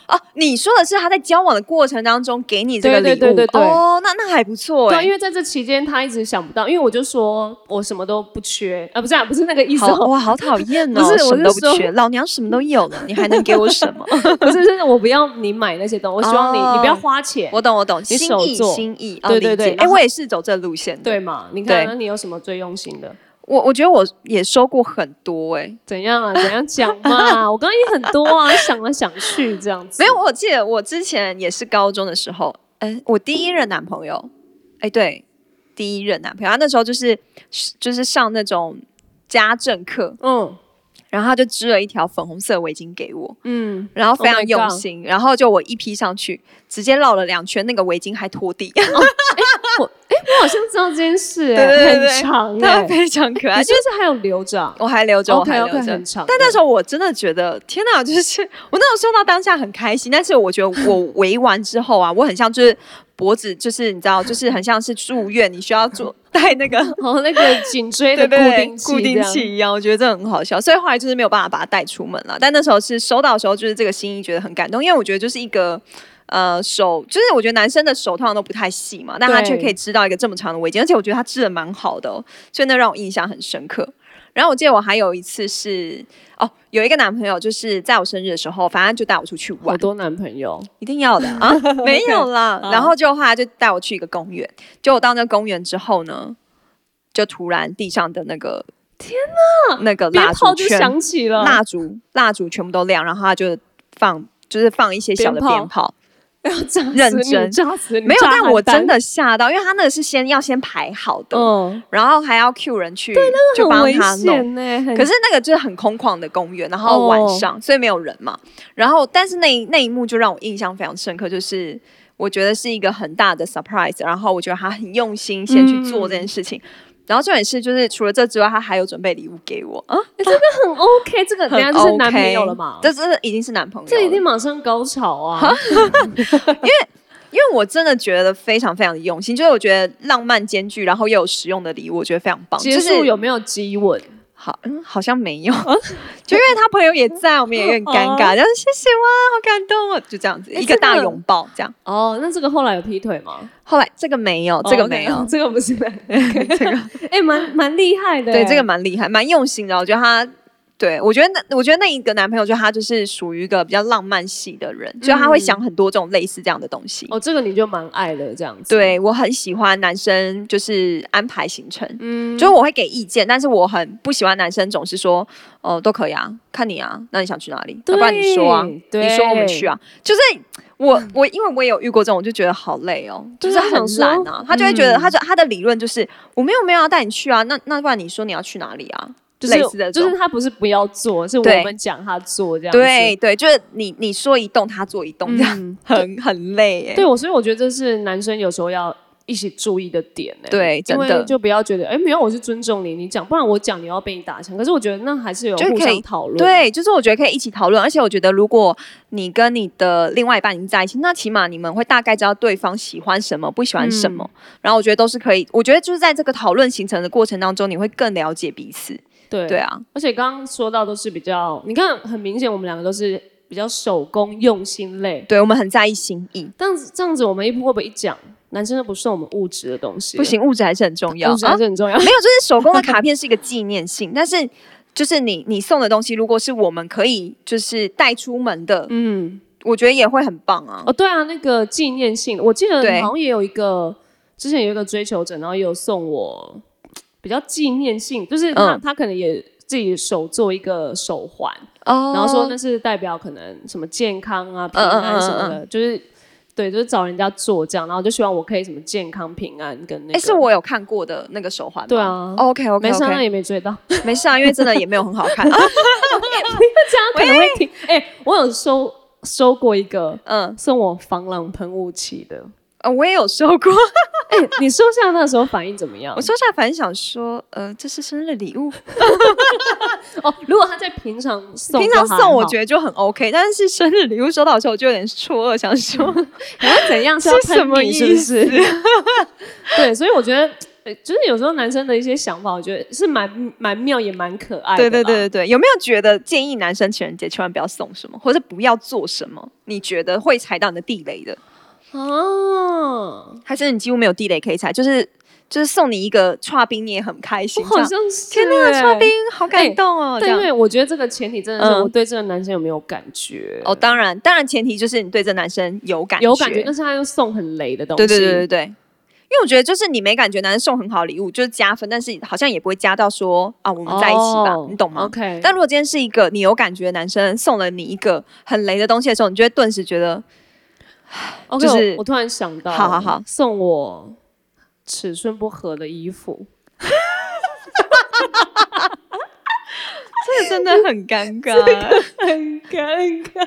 [SPEAKER 1] 哦，你说的是他在交往的过程当中给你这个礼
[SPEAKER 2] 对
[SPEAKER 1] 物，
[SPEAKER 2] 对对对对
[SPEAKER 1] 哦，那那还不错
[SPEAKER 2] 对啊，
[SPEAKER 1] 哎
[SPEAKER 2] 因。为在这期间他一直想不到，因为我就说我什么都不缺啊，不是啊，不是那个意思
[SPEAKER 1] 好
[SPEAKER 2] 哦，
[SPEAKER 1] 哇，好讨厌哦！
[SPEAKER 2] 不是
[SPEAKER 1] 什
[SPEAKER 2] 我
[SPEAKER 1] 么
[SPEAKER 2] 是
[SPEAKER 1] 都不
[SPEAKER 2] 说
[SPEAKER 1] 缺，老娘什么都有了，你还能给我什么？
[SPEAKER 2] 不是，就是我不要你买那些东西，我希望你、
[SPEAKER 1] 哦
[SPEAKER 2] 你不要花钱，
[SPEAKER 1] 我懂，我懂，
[SPEAKER 2] 你
[SPEAKER 1] 心
[SPEAKER 2] 手
[SPEAKER 1] 意，
[SPEAKER 2] 做
[SPEAKER 1] 心意，
[SPEAKER 2] 对对对
[SPEAKER 1] 哎，
[SPEAKER 2] 然后
[SPEAKER 1] 我也是走这路线的。
[SPEAKER 2] 对嘛？你看，啊
[SPEAKER 1] 对
[SPEAKER 2] 那你有什么最用心的？
[SPEAKER 1] 我我觉得我也收过很多哎，
[SPEAKER 2] 怎样啊？怎样讲嘛？我刚刚也很多啊，想来想去这样子。
[SPEAKER 1] 没有，我记得我之前也是高中的时候，哎，我第一任男朋友，哎，对，第一任男朋友，他那时候就是就是上那种家政课，
[SPEAKER 2] 嗯
[SPEAKER 1] 然后他就织了一条粉红色围巾给我，
[SPEAKER 2] 嗯，
[SPEAKER 1] 然后非
[SPEAKER 2] Oh
[SPEAKER 1] 常
[SPEAKER 2] my
[SPEAKER 1] 用
[SPEAKER 2] God
[SPEAKER 1] 心然后就我一披上去，直接绕了两圈，那个围巾还拖地，
[SPEAKER 2] 我好像知道这件事、
[SPEAKER 1] 对
[SPEAKER 2] 哎，
[SPEAKER 1] 对对对
[SPEAKER 2] 很长哎、
[SPEAKER 1] 它非常可爱
[SPEAKER 2] 你。是不是还有留着、啊？
[SPEAKER 1] 我还留着，我
[SPEAKER 2] OK
[SPEAKER 1] 还
[SPEAKER 2] OK，
[SPEAKER 1] 留着
[SPEAKER 2] 很。长。
[SPEAKER 1] 但那时候我真的觉得，天哪！就是我那时候收到当下很开心，但是我觉得我围完之后啊，我很像就是脖子，就是你知道，就是很像是住院，你需要做带那个
[SPEAKER 2] 然后那个颈椎的
[SPEAKER 1] 对
[SPEAKER 2] 固
[SPEAKER 1] 对
[SPEAKER 2] 定
[SPEAKER 1] 固定
[SPEAKER 2] 器
[SPEAKER 1] 器一样，我觉得这很好笑。所以后来就是没有办法把它带出门了。但那时候是收到的时候，就是这个心意觉得很感动，因为我觉得就是一个。呃，手就是我觉得男生的手通常都不太细嘛，但他却
[SPEAKER 2] 对
[SPEAKER 1] 可以织到一个这么长的围巾，而且我觉得他织的蛮好的、哦，所以那让我印象很深刻。然后我记得我还有一次是哦，有一个男朋友就是在我生日的时候，反正就带我出去
[SPEAKER 2] 这样，
[SPEAKER 1] 玩
[SPEAKER 2] 好，多男朋友，
[SPEAKER 1] 一定 要的啊，没有啦。
[SPEAKER 2] 好
[SPEAKER 1] 然后就后来就带我去一个公园，结果到那个公园之后呢，就突然地上的那个天呐，那个
[SPEAKER 2] 鞭
[SPEAKER 1] 蜡
[SPEAKER 2] 炮
[SPEAKER 1] 烛
[SPEAKER 2] 就
[SPEAKER 1] 全
[SPEAKER 2] 响起了，
[SPEAKER 1] 蜡烛蜡烛全部都亮，然后他就放就是放一些小的
[SPEAKER 2] 鞭炮
[SPEAKER 1] 鞭炮，
[SPEAKER 2] 要炸死
[SPEAKER 1] 认
[SPEAKER 2] 你，
[SPEAKER 1] 真
[SPEAKER 2] 炸死你，
[SPEAKER 1] 没有，
[SPEAKER 2] 炸
[SPEAKER 1] 但
[SPEAKER 2] 邯
[SPEAKER 1] 我
[SPEAKER 2] 郸
[SPEAKER 1] 真，的吓到，因为他那个是先要先排好的，
[SPEAKER 2] 嗯，
[SPEAKER 1] 然后还要 Q 人去，就
[SPEAKER 2] 很
[SPEAKER 1] 帮
[SPEAKER 2] 危
[SPEAKER 1] 他弄。
[SPEAKER 2] 险呢，很哦
[SPEAKER 1] 可是那个就是很空旷的公园，然后晚上、所以没有人嘛。然后，但是那一那一幕就让我印象非常深刻，就是我觉得是一个很大的 surprise。然后我觉得他很用心先去做这件事情。
[SPEAKER 2] 嗯
[SPEAKER 1] 然后重点是，就是除了这之外，他还有准备礼物给我啊，
[SPEAKER 2] 很 OK，这个
[SPEAKER 1] 很
[SPEAKER 2] 等
[SPEAKER 1] OK。
[SPEAKER 2] 一下就是男朋友了嘛，
[SPEAKER 1] 这这已经是男朋友了，
[SPEAKER 2] 这一定马上高潮啊！
[SPEAKER 1] 因为我真的觉得非常非常的用心，就是我觉得浪漫兼具，然后又有实用的礼物，我觉得非常棒。
[SPEAKER 2] 结
[SPEAKER 1] 就
[SPEAKER 2] 束
[SPEAKER 1] 是
[SPEAKER 2] 有没有激吻？
[SPEAKER 1] 好，嗯，好像没有， 就因为他朋友也在，我们也有点尴尬，然后谢谢哇，好感动哦，就这样子，
[SPEAKER 2] 诶
[SPEAKER 1] 一个大
[SPEAKER 2] 真的
[SPEAKER 1] 拥抱这样。
[SPEAKER 2] 哦，那这个后来有劈腿吗？
[SPEAKER 1] 后来这个没有，这
[SPEAKER 2] 哦
[SPEAKER 1] 个
[SPEAKER 2] ，OK，
[SPEAKER 1] 没有，
[SPEAKER 2] 这个不是。
[SPEAKER 1] 这个
[SPEAKER 2] 哎，蛮蛮厉害的。欸
[SPEAKER 1] 对这个蛮厉害，蛮用心的。我觉得他，对我觉得那我觉得那一个男朋友，就他就是属于一个比较浪漫系的人，就他会想很多这种类似这样的东西。
[SPEAKER 2] 哦，这个你就蛮爱的这样子。，
[SPEAKER 1] 对我很喜欢男生就是安排行程，
[SPEAKER 2] 嗯，
[SPEAKER 1] 就是我会给意见，但是我很不喜欢男生总是说，哦、都可以啊，看你啊，那你想去哪里？要
[SPEAKER 2] 对
[SPEAKER 1] 不然你说啊，
[SPEAKER 2] 对
[SPEAKER 1] 你说我们去啊。就是我我因为我也有遇过这种，我就觉得好累哦，就
[SPEAKER 2] 嗯对
[SPEAKER 1] 是
[SPEAKER 2] 我想
[SPEAKER 1] 很懒啊
[SPEAKER 2] 说。
[SPEAKER 1] 他就会觉得，
[SPEAKER 2] 嗯
[SPEAKER 1] 他就他的理论就是，我没有没有要带你去啊，那那不然你说你要去哪里啊？
[SPEAKER 2] 就是
[SPEAKER 1] 类似的这
[SPEAKER 2] 就
[SPEAKER 1] 种
[SPEAKER 2] 是他不是不要做，是我
[SPEAKER 1] 对
[SPEAKER 2] 们讲他做这样子。
[SPEAKER 1] 对对，就是你你说一动，他做一动，这样、
[SPEAKER 2] 嗯，
[SPEAKER 1] 很很累哎、
[SPEAKER 2] 对我，所以我觉得这是男生有时候要一起注意的点呢、
[SPEAKER 1] 对
[SPEAKER 2] 因为
[SPEAKER 1] 真的
[SPEAKER 2] 就不要觉得哎、没有，我是尊重你，你讲，不然我讲你要被你打枪。可是我觉得那还是有
[SPEAKER 1] 就
[SPEAKER 2] 互
[SPEAKER 1] 可以
[SPEAKER 2] 相讨论，，
[SPEAKER 1] 对，就是我觉得可以一起讨论，而且我觉得如果你跟你的另外一半已经在一起，那起码你们会大概知道对方喜欢什么，不喜欢什么。
[SPEAKER 2] 嗯
[SPEAKER 1] 然后我觉得都是可以，我觉得就是在这个讨论形成的过程当中，你会更了解彼此。
[SPEAKER 2] 对
[SPEAKER 1] 对啊，
[SPEAKER 2] 而且刚刚说到都是比较，你看很明显我们两个都是比较手工用心类，
[SPEAKER 1] 对我们很在意心意，
[SPEAKER 2] 这样子这样子我们一会不会一讲，男生就不送我们物质的东西，
[SPEAKER 1] 不，行，物质还是很重要。
[SPEAKER 2] 物质还
[SPEAKER 1] 啊
[SPEAKER 2] 是很重要。
[SPEAKER 1] 没有，就是手工的卡片是一个纪念性， 但是就是你你送的东西，如果是我们可以就是带出门的，
[SPEAKER 2] 嗯，
[SPEAKER 1] 我觉得也会很棒啊。
[SPEAKER 2] 哦，对啊，那个纪念性，我记得
[SPEAKER 1] 对
[SPEAKER 2] 好像也有一个，之前有一个追求者，然后也有送我比较纪念性，就是他、
[SPEAKER 1] 嗯
[SPEAKER 2] 他可能也自己手做一个手环，
[SPEAKER 1] 哦
[SPEAKER 2] 然后说那是代表可能什么健康啊、平
[SPEAKER 1] 嗯嗯
[SPEAKER 2] 安什么
[SPEAKER 1] 嗯嗯
[SPEAKER 2] 的，就是对，就是找人家做这样，然后就希望我可以什么健康、平安跟那
[SPEAKER 1] 哎、
[SPEAKER 2] 个。
[SPEAKER 1] 是我哦有看过的那个手环吗。
[SPEAKER 2] 对啊
[SPEAKER 1] OK OK
[SPEAKER 2] 没
[SPEAKER 1] OK，
[SPEAKER 2] 上那也没 追到，
[SPEAKER 1] 没事啊，因为真的也没有很好看。啊、
[SPEAKER 2] 他可能会听。哎、我有收收过一个
[SPEAKER 1] 嗯、
[SPEAKER 2] 送我防狼喷雾器的，
[SPEAKER 1] 呃我也有收过。
[SPEAKER 2] 哎、你收下那时候反应怎么样
[SPEAKER 1] 我？收下来反正想说，呃，这是生日礼物，
[SPEAKER 2] 哦，如果他在平常送，
[SPEAKER 1] 平常送我觉
[SPEAKER 2] 得
[SPEAKER 1] 得就很 OK，但是生日礼物收到的时候，我就有点错愕，想说
[SPEAKER 2] 你要怎样是要
[SPEAKER 1] 是什
[SPEAKER 2] 喷
[SPEAKER 1] 么
[SPEAKER 2] 你
[SPEAKER 1] 意
[SPEAKER 2] 是不是？ 对，所以我觉得，呃就是有时候男生的一些想法，我觉得是蛮蛮妙也蛮可爱的啊
[SPEAKER 1] 对
[SPEAKER 2] 啦。
[SPEAKER 1] 对对对对，有没有觉得建议男生情人节千万不要送什么，或者不要做什么？你觉得会踩到你的地雷的，
[SPEAKER 2] 哦，
[SPEAKER 1] 还是你几乎没有地雷可以踩？就是就是送你一个串冰，你也很开
[SPEAKER 2] 我
[SPEAKER 1] 心。这
[SPEAKER 2] 好
[SPEAKER 1] 样
[SPEAKER 2] 像哦是
[SPEAKER 1] 天哪，
[SPEAKER 2] 欸
[SPEAKER 1] 串冰好感
[SPEAKER 2] 哎
[SPEAKER 1] 动哦！这
[SPEAKER 2] 对，因
[SPEAKER 1] 样
[SPEAKER 2] 为我觉得这个前提真的是
[SPEAKER 1] 嗯
[SPEAKER 2] 我对这个男生有没有感觉，
[SPEAKER 1] 哦，当然当然，前提就是你对这男生有感
[SPEAKER 2] 有感觉，但是他又送很雷的东西，
[SPEAKER 1] 对对对对对。因为我觉得，就是你没感觉男生送很好礼物就是加分，但是好像也不会加到说啊，我
[SPEAKER 2] 我
[SPEAKER 1] 们在一起吧，你懂吗
[SPEAKER 2] 哦？OK，
[SPEAKER 1] 但如果今天是一个你有感觉的男生送了你一个很雷的东西的时候，你就会顿时觉得
[SPEAKER 2] OK，
[SPEAKER 1] 就是
[SPEAKER 2] 我我突然想到，
[SPEAKER 1] 好好好，
[SPEAKER 2] 送我尺寸不合的衣服。
[SPEAKER 1] 个真的很尴 尬。
[SPEAKER 2] 很尴尬。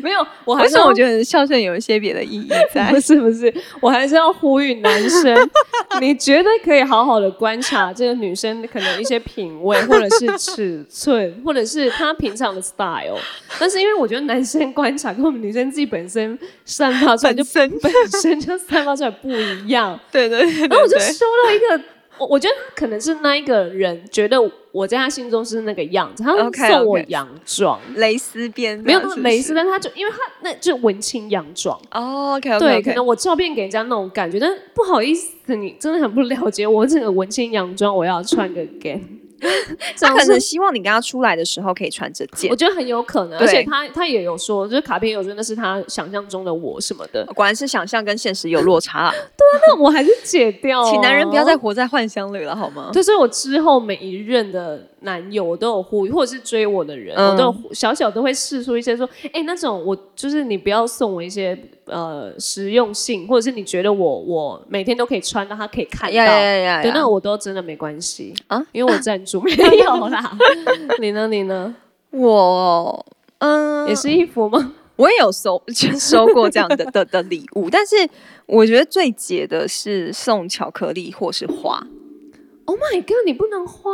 [SPEAKER 2] 没有，我还
[SPEAKER 1] 为
[SPEAKER 2] 是
[SPEAKER 1] 什
[SPEAKER 2] 要
[SPEAKER 1] 么我觉得孝顺有一些别的意义在
[SPEAKER 2] 不？是不是，我还是要呼吁男生， 你觉得可以好好的观察这个女生可能一些品味，或者是尺寸，或者是她平常的 style。但是因为我觉得男生观察跟我们女生自己本身散发出来就
[SPEAKER 1] 本身
[SPEAKER 2] 本身就散发出来不一样，
[SPEAKER 1] 对 对对
[SPEAKER 2] 然后我就
[SPEAKER 1] 对
[SPEAKER 2] 收到一个，我我觉得可能是那一个人觉得我在他心中是那个样子，他
[SPEAKER 1] OK，OK
[SPEAKER 2] 送我洋装。
[SPEAKER 1] 蕾丝边
[SPEAKER 2] 没有
[SPEAKER 1] 这样
[SPEAKER 2] 那么
[SPEAKER 1] 是不
[SPEAKER 2] 蕾丝，
[SPEAKER 1] 是
[SPEAKER 2] 但他就因为他那就文青洋装，
[SPEAKER 1] 哦，OK，
[SPEAKER 2] 对，可能我照片给人家那种感觉，但不好意思，你真的很不了解我整个文青洋装，我要穿个 gay，这
[SPEAKER 1] 他
[SPEAKER 2] 样
[SPEAKER 1] 可
[SPEAKER 2] 是
[SPEAKER 1] 能希望你跟他出来的时候可以穿这件
[SPEAKER 2] 我。觉得很有可能，
[SPEAKER 1] 对
[SPEAKER 2] 而且他他也有说，就是卡片有说那是他想象中的我什么的，
[SPEAKER 1] 果然是想象跟现实有落差 啊，
[SPEAKER 2] 那我还是解掉、
[SPEAKER 1] 请男人不要再。活在幻想里了，好吗？
[SPEAKER 2] 就是我之后每一任的男友，我都有呼吁，或者是追我的人，
[SPEAKER 1] 嗯
[SPEAKER 2] 我都有呼小小都会试出一些说，哎、那种我就是你不要送我一些呃实用性，或者是你觉得我我每天都可以穿，让他可以 看到。
[SPEAKER 1] 呀
[SPEAKER 2] 对，那我都真的没关系
[SPEAKER 1] 啊
[SPEAKER 2] 啊，因为我赞助 没有啦。你呢？你呢？
[SPEAKER 1] 我嗯，
[SPEAKER 2] 也是衣服吗？
[SPEAKER 1] 我也有收 就收过这样的 的的礼物，但是我觉得最解的是送巧克力或是花。
[SPEAKER 2] Oh my god！你不能花，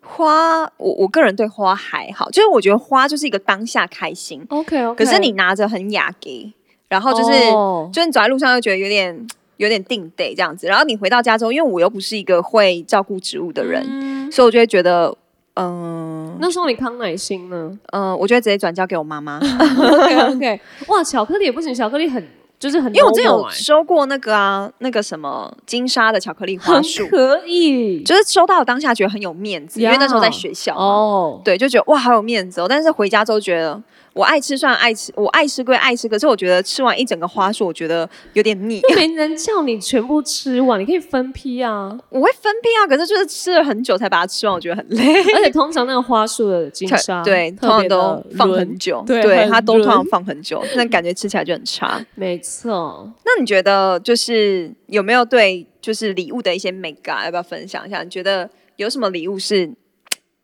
[SPEAKER 1] 花，我我个人对花还好，就是我觉得花就是一个当下开心，
[SPEAKER 2] OK OK。
[SPEAKER 1] 可是你拿着很雅给，然后就是、
[SPEAKER 2] 哦
[SPEAKER 1] 就是你走在路上又觉得有点有点定得这样子，然后你回到家之后，因为我又不是一个会照顾植物的人，
[SPEAKER 2] 嗯
[SPEAKER 1] 所以我就会觉得，嗯、
[SPEAKER 2] 那送你康乃馨呢
[SPEAKER 1] 嗯、我就会直接转交给我妈 妈，
[SPEAKER 2] ？OK OK。哇， 巧克力也不行，巧克力很就是很 normal 欸，
[SPEAKER 1] 因为我之前有收过那个啊那个什么金沙的巧克力花束
[SPEAKER 2] 很，可以
[SPEAKER 1] 就是收到当下觉得很有面子，因为那时候在
[SPEAKER 2] 呀
[SPEAKER 1] 学校嘛
[SPEAKER 2] 哦。
[SPEAKER 1] 对，就觉得哇，好有面子哦。但是回家之后觉得，我爱吃虽然爱吃，我爱吃归爱吃，可是我觉得吃完一整个花束，我觉得有点腻。
[SPEAKER 2] 没人叫你全部吃完，你可以分批啊。
[SPEAKER 1] 我会分批啊，可是就是吃了很久才把它吃完，我觉得很累。
[SPEAKER 2] 而且通常那个花束 的金沙，
[SPEAKER 1] 对，通
[SPEAKER 2] 特
[SPEAKER 1] 常
[SPEAKER 2] 别的
[SPEAKER 1] 都放
[SPEAKER 2] 润
[SPEAKER 1] 很久，
[SPEAKER 2] 对
[SPEAKER 1] 对，
[SPEAKER 2] 很
[SPEAKER 1] 它都通常
[SPEAKER 2] 润
[SPEAKER 1] 放很久，那感觉吃起来就很差。
[SPEAKER 2] 没错。
[SPEAKER 1] 那你觉得就是有没有对就是礼物的一些美感，要不要分享一下？你觉得有什么礼物是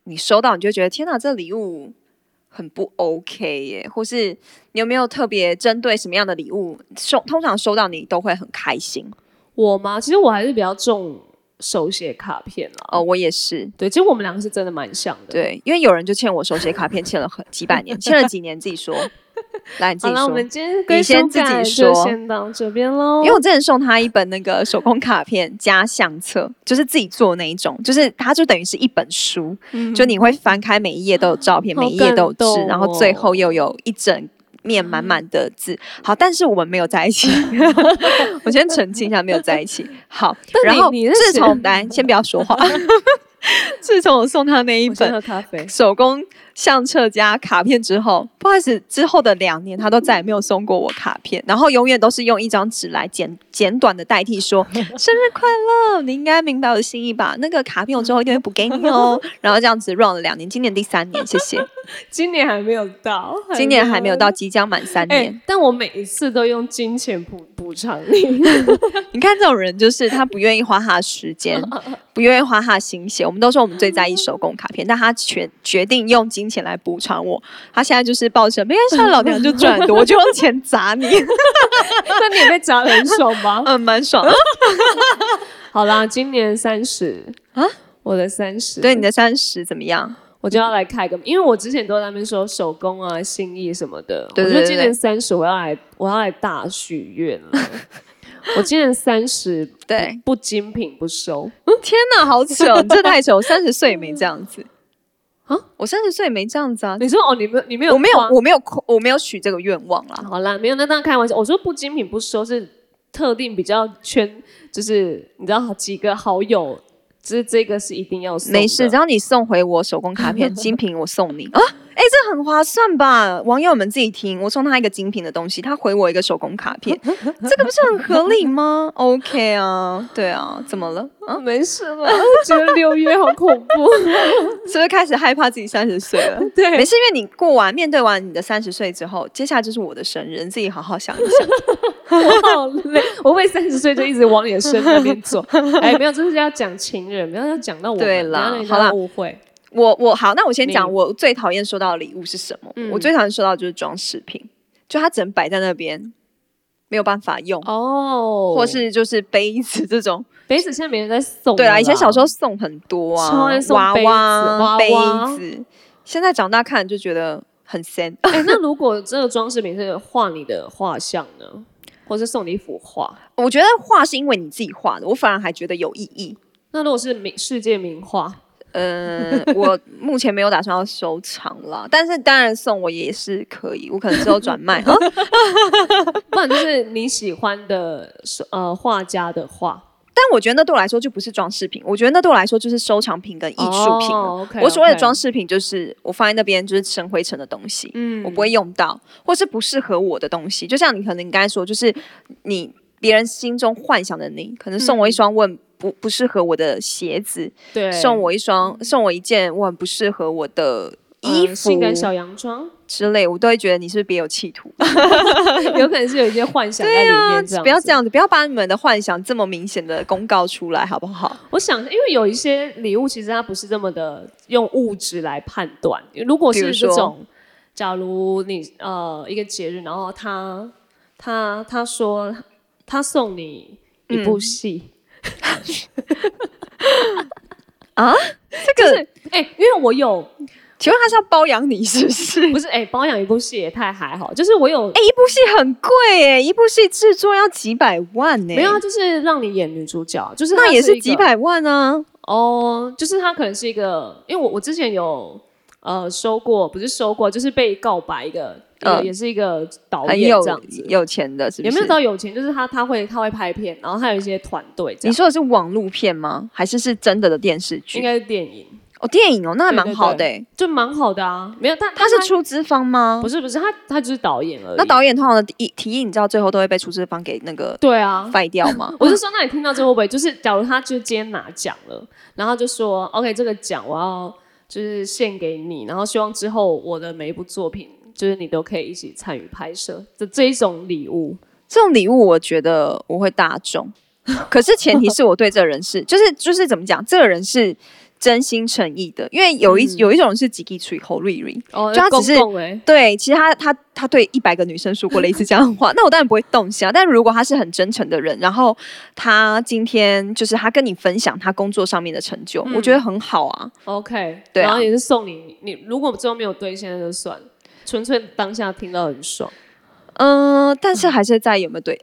[SPEAKER 1] 你收到你就觉得天哪，这礼物很不 OK 耶？或是你有没有特别针对什么样的礼物收？通常收到你都会很开心
[SPEAKER 2] 我吗？其实我还是比较重手写卡片啦。
[SPEAKER 1] 哦，我也是。
[SPEAKER 2] 对，其实我们两个是真的蛮像的。，
[SPEAKER 1] 对，因为有人就欠我手写卡片，欠了很几百年，欠了几年，自己说。来，你自
[SPEAKER 2] 好
[SPEAKER 1] 己
[SPEAKER 2] 了，我
[SPEAKER 1] 说。
[SPEAKER 2] 们今天归
[SPEAKER 1] 你先
[SPEAKER 2] 属
[SPEAKER 1] 自己
[SPEAKER 2] 感
[SPEAKER 1] 说
[SPEAKER 2] 就先到这边喽。
[SPEAKER 1] 因为我之前送他一本那个手工卡片加相册，就是自己做那一种，就是它就等于是一本书，就你会翻开每一页都有照片，
[SPEAKER 2] 嗯好
[SPEAKER 1] 每一页都有
[SPEAKER 2] 感
[SPEAKER 1] 字，
[SPEAKER 2] 动哦
[SPEAKER 1] 然后最后又有一整。面满满的字，好，但是我们没有在一 起。我先澄清一下，没有在一起。好，
[SPEAKER 2] 但你
[SPEAKER 1] 然后
[SPEAKER 2] 你是
[SPEAKER 1] 自
[SPEAKER 2] 谁
[SPEAKER 1] 从来先不要说话，自从我送他那一
[SPEAKER 2] 我先
[SPEAKER 1] 本
[SPEAKER 2] 喝咖啡。
[SPEAKER 1] 手工相册加卡片之后，不好意思，之后的两年他都再也没有送过我卡片，然后永远都是用一张纸来简简短的代替说生日快乐，你应该明白我的心意吧？那个卡片我之后一定会补给你哦。然后这样子 run 了两年，今年第三年，谢谢，
[SPEAKER 2] 今年还没有到，
[SPEAKER 1] 今年还没有到，。即将满三
[SPEAKER 2] 哎、
[SPEAKER 1] 年。
[SPEAKER 2] 但我每一次都用金钱补补偿你。
[SPEAKER 1] 你看这种人，就是他不愿意花他的时 间，不愿意花他的心血。我们都说我们最在意手工卡片，但他决决定用金钱来补偿我。他现在就是抱着没关系，老娘就赚得多，我就用钱砸 你，
[SPEAKER 2] 那你也被砸得很爽吗？
[SPEAKER 1] 嗯，蛮爽的。
[SPEAKER 2] 好啦，今年三十
[SPEAKER 1] 啊
[SPEAKER 2] 啊，我的三十，
[SPEAKER 1] 对你的三十怎么样？
[SPEAKER 2] 我就要来开个，因为我之前都在那边说手工啊、心意什么的，
[SPEAKER 1] 对对
[SPEAKER 2] 我
[SPEAKER 1] 对
[SPEAKER 2] 觉得今年三十我要来，我要来大许愿 了。我今年三十
[SPEAKER 1] 对，
[SPEAKER 2] 不精品不收，
[SPEAKER 1] 嗯天哪，好糗！ 你这太糗，我三十岁也没这样子
[SPEAKER 2] 啊，
[SPEAKER 1] 我三十岁也没这样子啊，
[SPEAKER 2] 你说哦，你没有你没有
[SPEAKER 1] 我没有
[SPEAKER 2] 花，
[SPEAKER 1] 我没有，我没有许这个愿望啦。
[SPEAKER 2] 好啦，没有那当然开玩笑，我说不精品不收是特定比较圈，就是你知道几个好友，这这个是一定要送的，
[SPEAKER 1] 没事，只要你送回我手工卡片精品，我送你 啊！哎、这很划算吧？网友们自己听，我送他一个精品的东西，他回我一个手工卡 片，这个不是很合理吗？OK 啊，对啊，怎么了？
[SPEAKER 2] 啊没事了，我觉得六月好恐 怖，
[SPEAKER 1] 是不是开始害怕自己三十岁了？
[SPEAKER 2] 对，
[SPEAKER 1] 没事，因为你过完面对完你的三十岁之后，接下来就是我的生日，你自己好好想一想。
[SPEAKER 2] 我好 累，我会三十岁就一直往你 的身那边走。哎，没有，这是要讲情人，不要要讲到我们，
[SPEAKER 1] 对啦
[SPEAKER 2] 不要让人
[SPEAKER 1] 好啦
[SPEAKER 2] 家误会。
[SPEAKER 1] 我我好，那我先讲
[SPEAKER 2] 你
[SPEAKER 1] 我最讨厌收到的礼物是什么。
[SPEAKER 2] 嗯
[SPEAKER 1] 我最讨厌收到的就是装饰品，就它只能摆在那边，没有办法用，
[SPEAKER 2] 哦，
[SPEAKER 1] 或是就是杯子这种。
[SPEAKER 2] 杯子现在没人在送了啦，
[SPEAKER 1] 对啊，以前小时候送很多
[SPEAKER 2] 超
[SPEAKER 1] 啊
[SPEAKER 2] 爱，送
[SPEAKER 1] 娃
[SPEAKER 2] 杯子
[SPEAKER 1] 娃、
[SPEAKER 2] 娃
[SPEAKER 1] 杯
[SPEAKER 2] 娃
[SPEAKER 1] 子，现在长大看就觉得很 sad。
[SPEAKER 2] 哎、那如果这个装饰品是画你的画像呢，或是送你一幅画？
[SPEAKER 1] 我觉得画是因为你自己画的，我反而还觉得有意义。
[SPEAKER 2] 那如果是名世界名画，
[SPEAKER 1] 嗯，我目前没有打算要收藏啦，但是当然送我也是可以，我可能之后转 卖啊。
[SPEAKER 2] 不然就是你喜欢的呃画家的画，
[SPEAKER 1] 但我觉得那对我来说就不是装饰品，我觉得那对我来说就是收藏品跟艺术品啊了。
[SPEAKER 2] 哦 OK，
[SPEAKER 1] 我所谓的
[SPEAKER 2] OK
[SPEAKER 1] 装饰品就是我放在那边就是生灰尘的东西，
[SPEAKER 2] 嗯
[SPEAKER 1] 我不会用到，或是不适合我的东西。就像你可能刚才说，就是你别人心中幻想的你，可能送我一双问。不不适合我的鞋子，
[SPEAKER 2] 对
[SPEAKER 1] 送我一双，送我一件我很不适合我的衣
[SPEAKER 2] 呃
[SPEAKER 1] 服
[SPEAKER 2] 性感小洋装，
[SPEAKER 1] 之类，我都会觉得你是不是别有企图。
[SPEAKER 2] 有可能是有一些幻想在里面，这样、
[SPEAKER 1] 啊不 要这。样子，不要把你们的幻想这么明显的公告出来，好不好？
[SPEAKER 2] 我想，因为有一些礼物其实它不是这么的用物质来判断。如果
[SPEAKER 1] 比如
[SPEAKER 2] 是
[SPEAKER 1] 说
[SPEAKER 2] 这种，假如你呃一个节日，然后他他他说他送你一部戏，
[SPEAKER 1] 这个、
[SPEAKER 2] 哎、因为我有
[SPEAKER 1] 请问他是要包养你是不是？
[SPEAKER 2] 不是哎、包养一部戏也太还好，就是我有、
[SPEAKER 1] 哎、一部戏很贵哎，一部戏制作要几百万呢、
[SPEAKER 2] 没有啊，就是让你演女主角，就是它
[SPEAKER 1] 那也
[SPEAKER 2] 是
[SPEAKER 1] 是
[SPEAKER 2] 一个
[SPEAKER 1] 几百万啊。
[SPEAKER 2] 哦，就是他可能是一个，因为我我之前有呃收过，不是收过，就是被告白一个，
[SPEAKER 1] 嗯
[SPEAKER 2] 呃，也是一个导
[SPEAKER 1] 很
[SPEAKER 2] 演
[SPEAKER 1] 有
[SPEAKER 2] 这样子。
[SPEAKER 1] 有钱的，是不
[SPEAKER 2] 也
[SPEAKER 1] 是？
[SPEAKER 2] 没有到有钱，就是他他会他会拍片，然后他有一些团队这
[SPEAKER 1] 你
[SPEAKER 2] 样，
[SPEAKER 1] 说的是网路片吗？还是是真的的电视
[SPEAKER 2] 应
[SPEAKER 1] 剧？
[SPEAKER 2] 该是电影，
[SPEAKER 1] 哦，电影哦，那还
[SPEAKER 2] 对
[SPEAKER 1] 蛮
[SPEAKER 2] 对
[SPEAKER 1] 好的、欸。
[SPEAKER 2] 就蛮好的啊。没有，但
[SPEAKER 1] 他是出资方吗
[SPEAKER 2] 不？是不是他他就是导演而已。
[SPEAKER 1] 那导演通常的提提议，你知道最后都会被出资方给那个
[SPEAKER 2] 对啊，
[SPEAKER 1] 废掉吗？
[SPEAKER 2] 我是说，那你听到这会不会就是，假如他就今天拿奖了，然后就说 OK 这个奖我要就是献给你，然后希望之后我的每一部作品就是你都可以一起参与拍摄的这一种礼物。
[SPEAKER 1] 这种礼物，我觉得我会大众，可是前提是我对这个人是，就是就是怎么讲，这个人是真心诚意的，因为有一、
[SPEAKER 2] 嗯
[SPEAKER 1] 有一种人是几滴吹口瑞瑞，
[SPEAKER 2] 哦
[SPEAKER 1] 就他只是
[SPEAKER 2] 公共哎，
[SPEAKER 1] 对，其实他他他对一百个女生说过类似这样的话， 那我当然不会动心啊。但如果他是很真诚的人，然后他今天就是他跟你分享他工作上面的成就，我
[SPEAKER 2] 嗯
[SPEAKER 1] 觉得很好啊。
[SPEAKER 2] OK，
[SPEAKER 1] 对啊
[SPEAKER 2] 然后也是送你，你如果之后没有兑现那就算了，纯粹当下听到很爽。
[SPEAKER 1] 嗯、但是还是在有没有对？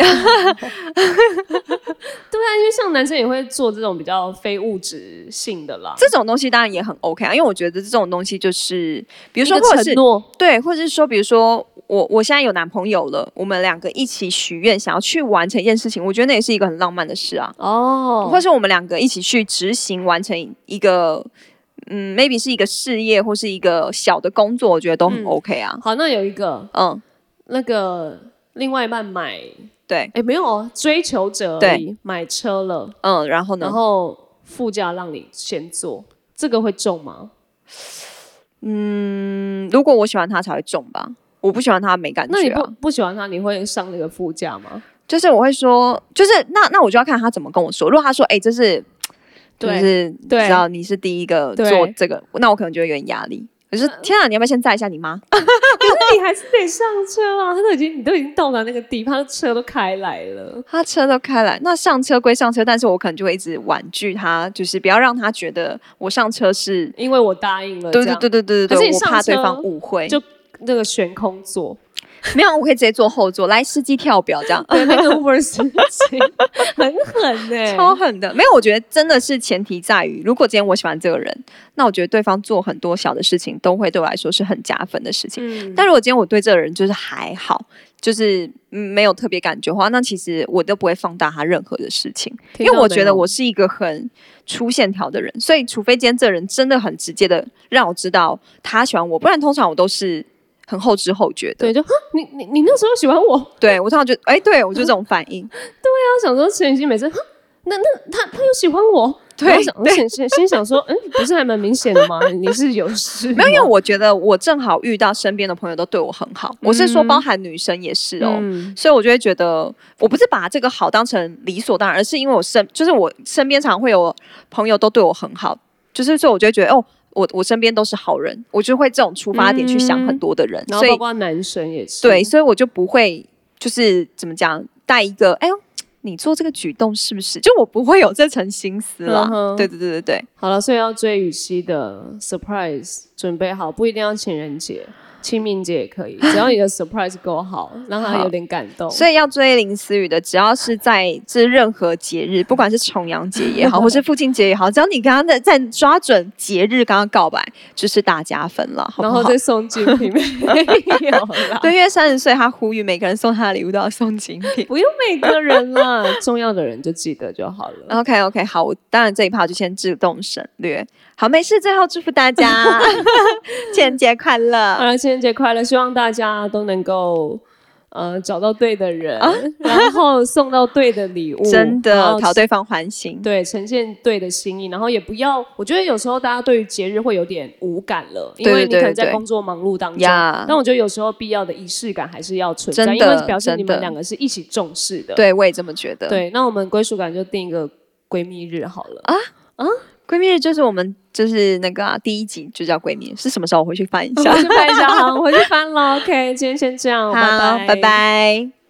[SPEAKER 2] 对啊，因为像男生也会做这种比较非物质性的啦，
[SPEAKER 1] 这种东西当然也很 OK 啊，因为我觉得这种东西就是，比
[SPEAKER 2] 比
[SPEAKER 1] 如说或者
[SPEAKER 2] 承
[SPEAKER 1] 是
[SPEAKER 2] 诺，
[SPEAKER 1] 对，或者是说，比如说我我现在有男朋友了，我们两个一起许愿，想要去完成一件事情，我觉得那也是一个很浪漫的事啊。
[SPEAKER 2] 哦，
[SPEAKER 1] 或是我们两个一起去执行完成一个，嗯，maybe 是一个事业或是一个小的工作，我觉得都
[SPEAKER 2] 嗯
[SPEAKER 1] 很 OK 啊。
[SPEAKER 2] 好，那有一个
[SPEAKER 1] 嗯，
[SPEAKER 2] 那个另外一半买，
[SPEAKER 1] 对，
[SPEAKER 2] 哎，没有哦追求者而已，买车了，
[SPEAKER 1] 嗯，然后呢？
[SPEAKER 2] 然后副驾让你先坐，这个会中吗？
[SPEAKER 1] 嗯，如果我喜欢他才会中吧，我不喜欢他没感
[SPEAKER 2] 那你
[SPEAKER 1] 觉、
[SPEAKER 2] 不
[SPEAKER 1] 啊。
[SPEAKER 2] 不喜欢他，你会上那个副驾吗？
[SPEAKER 1] 就是我会说，就是那那我就要看他怎么跟我说。如果他说，哎、这是。就
[SPEAKER 2] 对
[SPEAKER 1] 是
[SPEAKER 2] 对
[SPEAKER 1] 知道你是第一个
[SPEAKER 2] 对嗯
[SPEAKER 1] 做这个，那我可能就会有点压力。可是天啊，你要不要先载一下你妈？
[SPEAKER 2] 那你还是得上车啊！他都已经你都已经到达那个地方，他的车都开来了。
[SPEAKER 1] 他车都开来，那上车归上车，但是我可能就会一直婉拒他，就是不要让他觉得我上车是，
[SPEAKER 2] 因为我答应了，
[SPEAKER 1] 对
[SPEAKER 2] 这
[SPEAKER 1] 对
[SPEAKER 2] 样
[SPEAKER 1] 对对对对
[SPEAKER 2] 可是
[SPEAKER 1] 对，
[SPEAKER 2] 你
[SPEAKER 1] 我
[SPEAKER 2] 上
[SPEAKER 1] 怕对
[SPEAKER 2] 车
[SPEAKER 1] 方误会。
[SPEAKER 2] 就那个悬空座，，
[SPEAKER 1] 没有，我可以直接坐后座，来司机跳表这样
[SPEAKER 2] 对那个 Uber 司机 很狠欸呢、
[SPEAKER 1] 超狠的。没有，我觉得真的是前提在于，如果今天我喜欢这个人，那我觉得对方做很多小的事情都会对我来说是很加分的事情。
[SPEAKER 2] 嗯，
[SPEAKER 1] 但如果今天我对这个人就是还好，就是嗯没有特别感觉的话，那其实我都不会放大他任何的事情。因为我觉得我是一个很粗线条的人，所以除非今天这人真的很直接的让我知道他喜欢我，不然通常我都是很后知后觉的。
[SPEAKER 2] 对，就哈你你你那时候喜欢我，
[SPEAKER 1] 对我通常就哎、对我就这种反应。
[SPEAKER 2] 嗯他想说陈雨欣每次哈那那他他又喜欢我，
[SPEAKER 1] 对
[SPEAKER 2] 然后想心心心想说，嗯，不是还蛮明显的吗？ 你是有事
[SPEAKER 1] 没有，因为我觉得我正好遇到身边的朋友都对我很好，我是说包含女生也是哦。
[SPEAKER 2] 嗯
[SPEAKER 1] 所以我就会觉得，我不是把这个好当成理所当然，而是因为我身就是我身边常会有朋友都对我很好，就是所以我就会觉得哦，我我身边都是好人，我就会这种出发点去想很多的人，
[SPEAKER 2] 嗯然后
[SPEAKER 1] 所
[SPEAKER 2] 包
[SPEAKER 1] 以
[SPEAKER 2] 括男生也是，
[SPEAKER 1] 对，所以我就不会就是怎么讲带一个哎呦。你做这个举动是不是？就我不会有这层心思啦
[SPEAKER 2] 嗯。哼
[SPEAKER 1] 对对对对对，
[SPEAKER 2] 好了，所以要追雨熙的 surprise 准备好，不一定要情人节、清明节也可以，只要你的 surprise 够好，让他有点感动。
[SPEAKER 1] 所以要追林思雨的，只要是在这任何节日，不管是重阳节也好，或是父亲节也好，只要你刚刚在在抓准节日刚刚告白，就是大加分了，好不
[SPEAKER 2] 然
[SPEAKER 1] 好？
[SPEAKER 2] 后再送精品，没有啦，
[SPEAKER 1] 对，因为三十岁，他呼吁每个人送他的礼物都要送精品。
[SPEAKER 2] 不用每个人啦，重要的人就记得就好了。
[SPEAKER 1] OK OK，好，我当然这一趴就先自动省略。好，没事，最后祝福大 家情人节快
[SPEAKER 2] 好
[SPEAKER 1] 乐。
[SPEAKER 2] 呃了，情人节快乐！希望大家都能够呃找到对的人，然后送到对的礼物，
[SPEAKER 1] 啊 真
[SPEAKER 2] 然
[SPEAKER 1] 的
[SPEAKER 2] 后
[SPEAKER 1] 讨对方欢心，
[SPEAKER 2] 对，呈现对的心意，然后也不要，我觉得有时候大家对于节日会有点无感了，因
[SPEAKER 1] 对
[SPEAKER 2] 为
[SPEAKER 1] 对
[SPEAKER 2] 你
[SPEAKER 1] 对
[SPEAKER 2] 可能在
[SPEAKER 1] 对
[SPEAKER 2] 工作忙碌当中。
[SPEAKER 1] 呀
[SPEAKER 2] 但我觉得有时候必要的仪式感还是要存在，
[SPEAKER 1] 真
[SPEAKER 2] 因为
[SPEAKER 1] 的
[SPEAKER 2] 表示你
[SPEAKER 1] 真
[SPEAKER 2] 们
[SPEAKER 1] 的
[SPEAKER 2] 两个是一起重视的。
[SPEAKER 1] 对我也这么觉得。，
[SPEAKER 2] 对那我们归属感就定一个闺蜜日好了。
[SPEAKER 1] 啊闺蜜日就是我们就是那个啊、第一集就叫闺蜜，是什么时候？我回去翻一
[SPEAKER 2] 我
[SPEAKER 1] 下
[SPEAKER 2] 回。去翻一下，好，我回去翻了。OK，今天先这样，
[SPEAKER 1] 好，拜
[SPEAKER 2] 拜
[SPEAKER 1] 拜。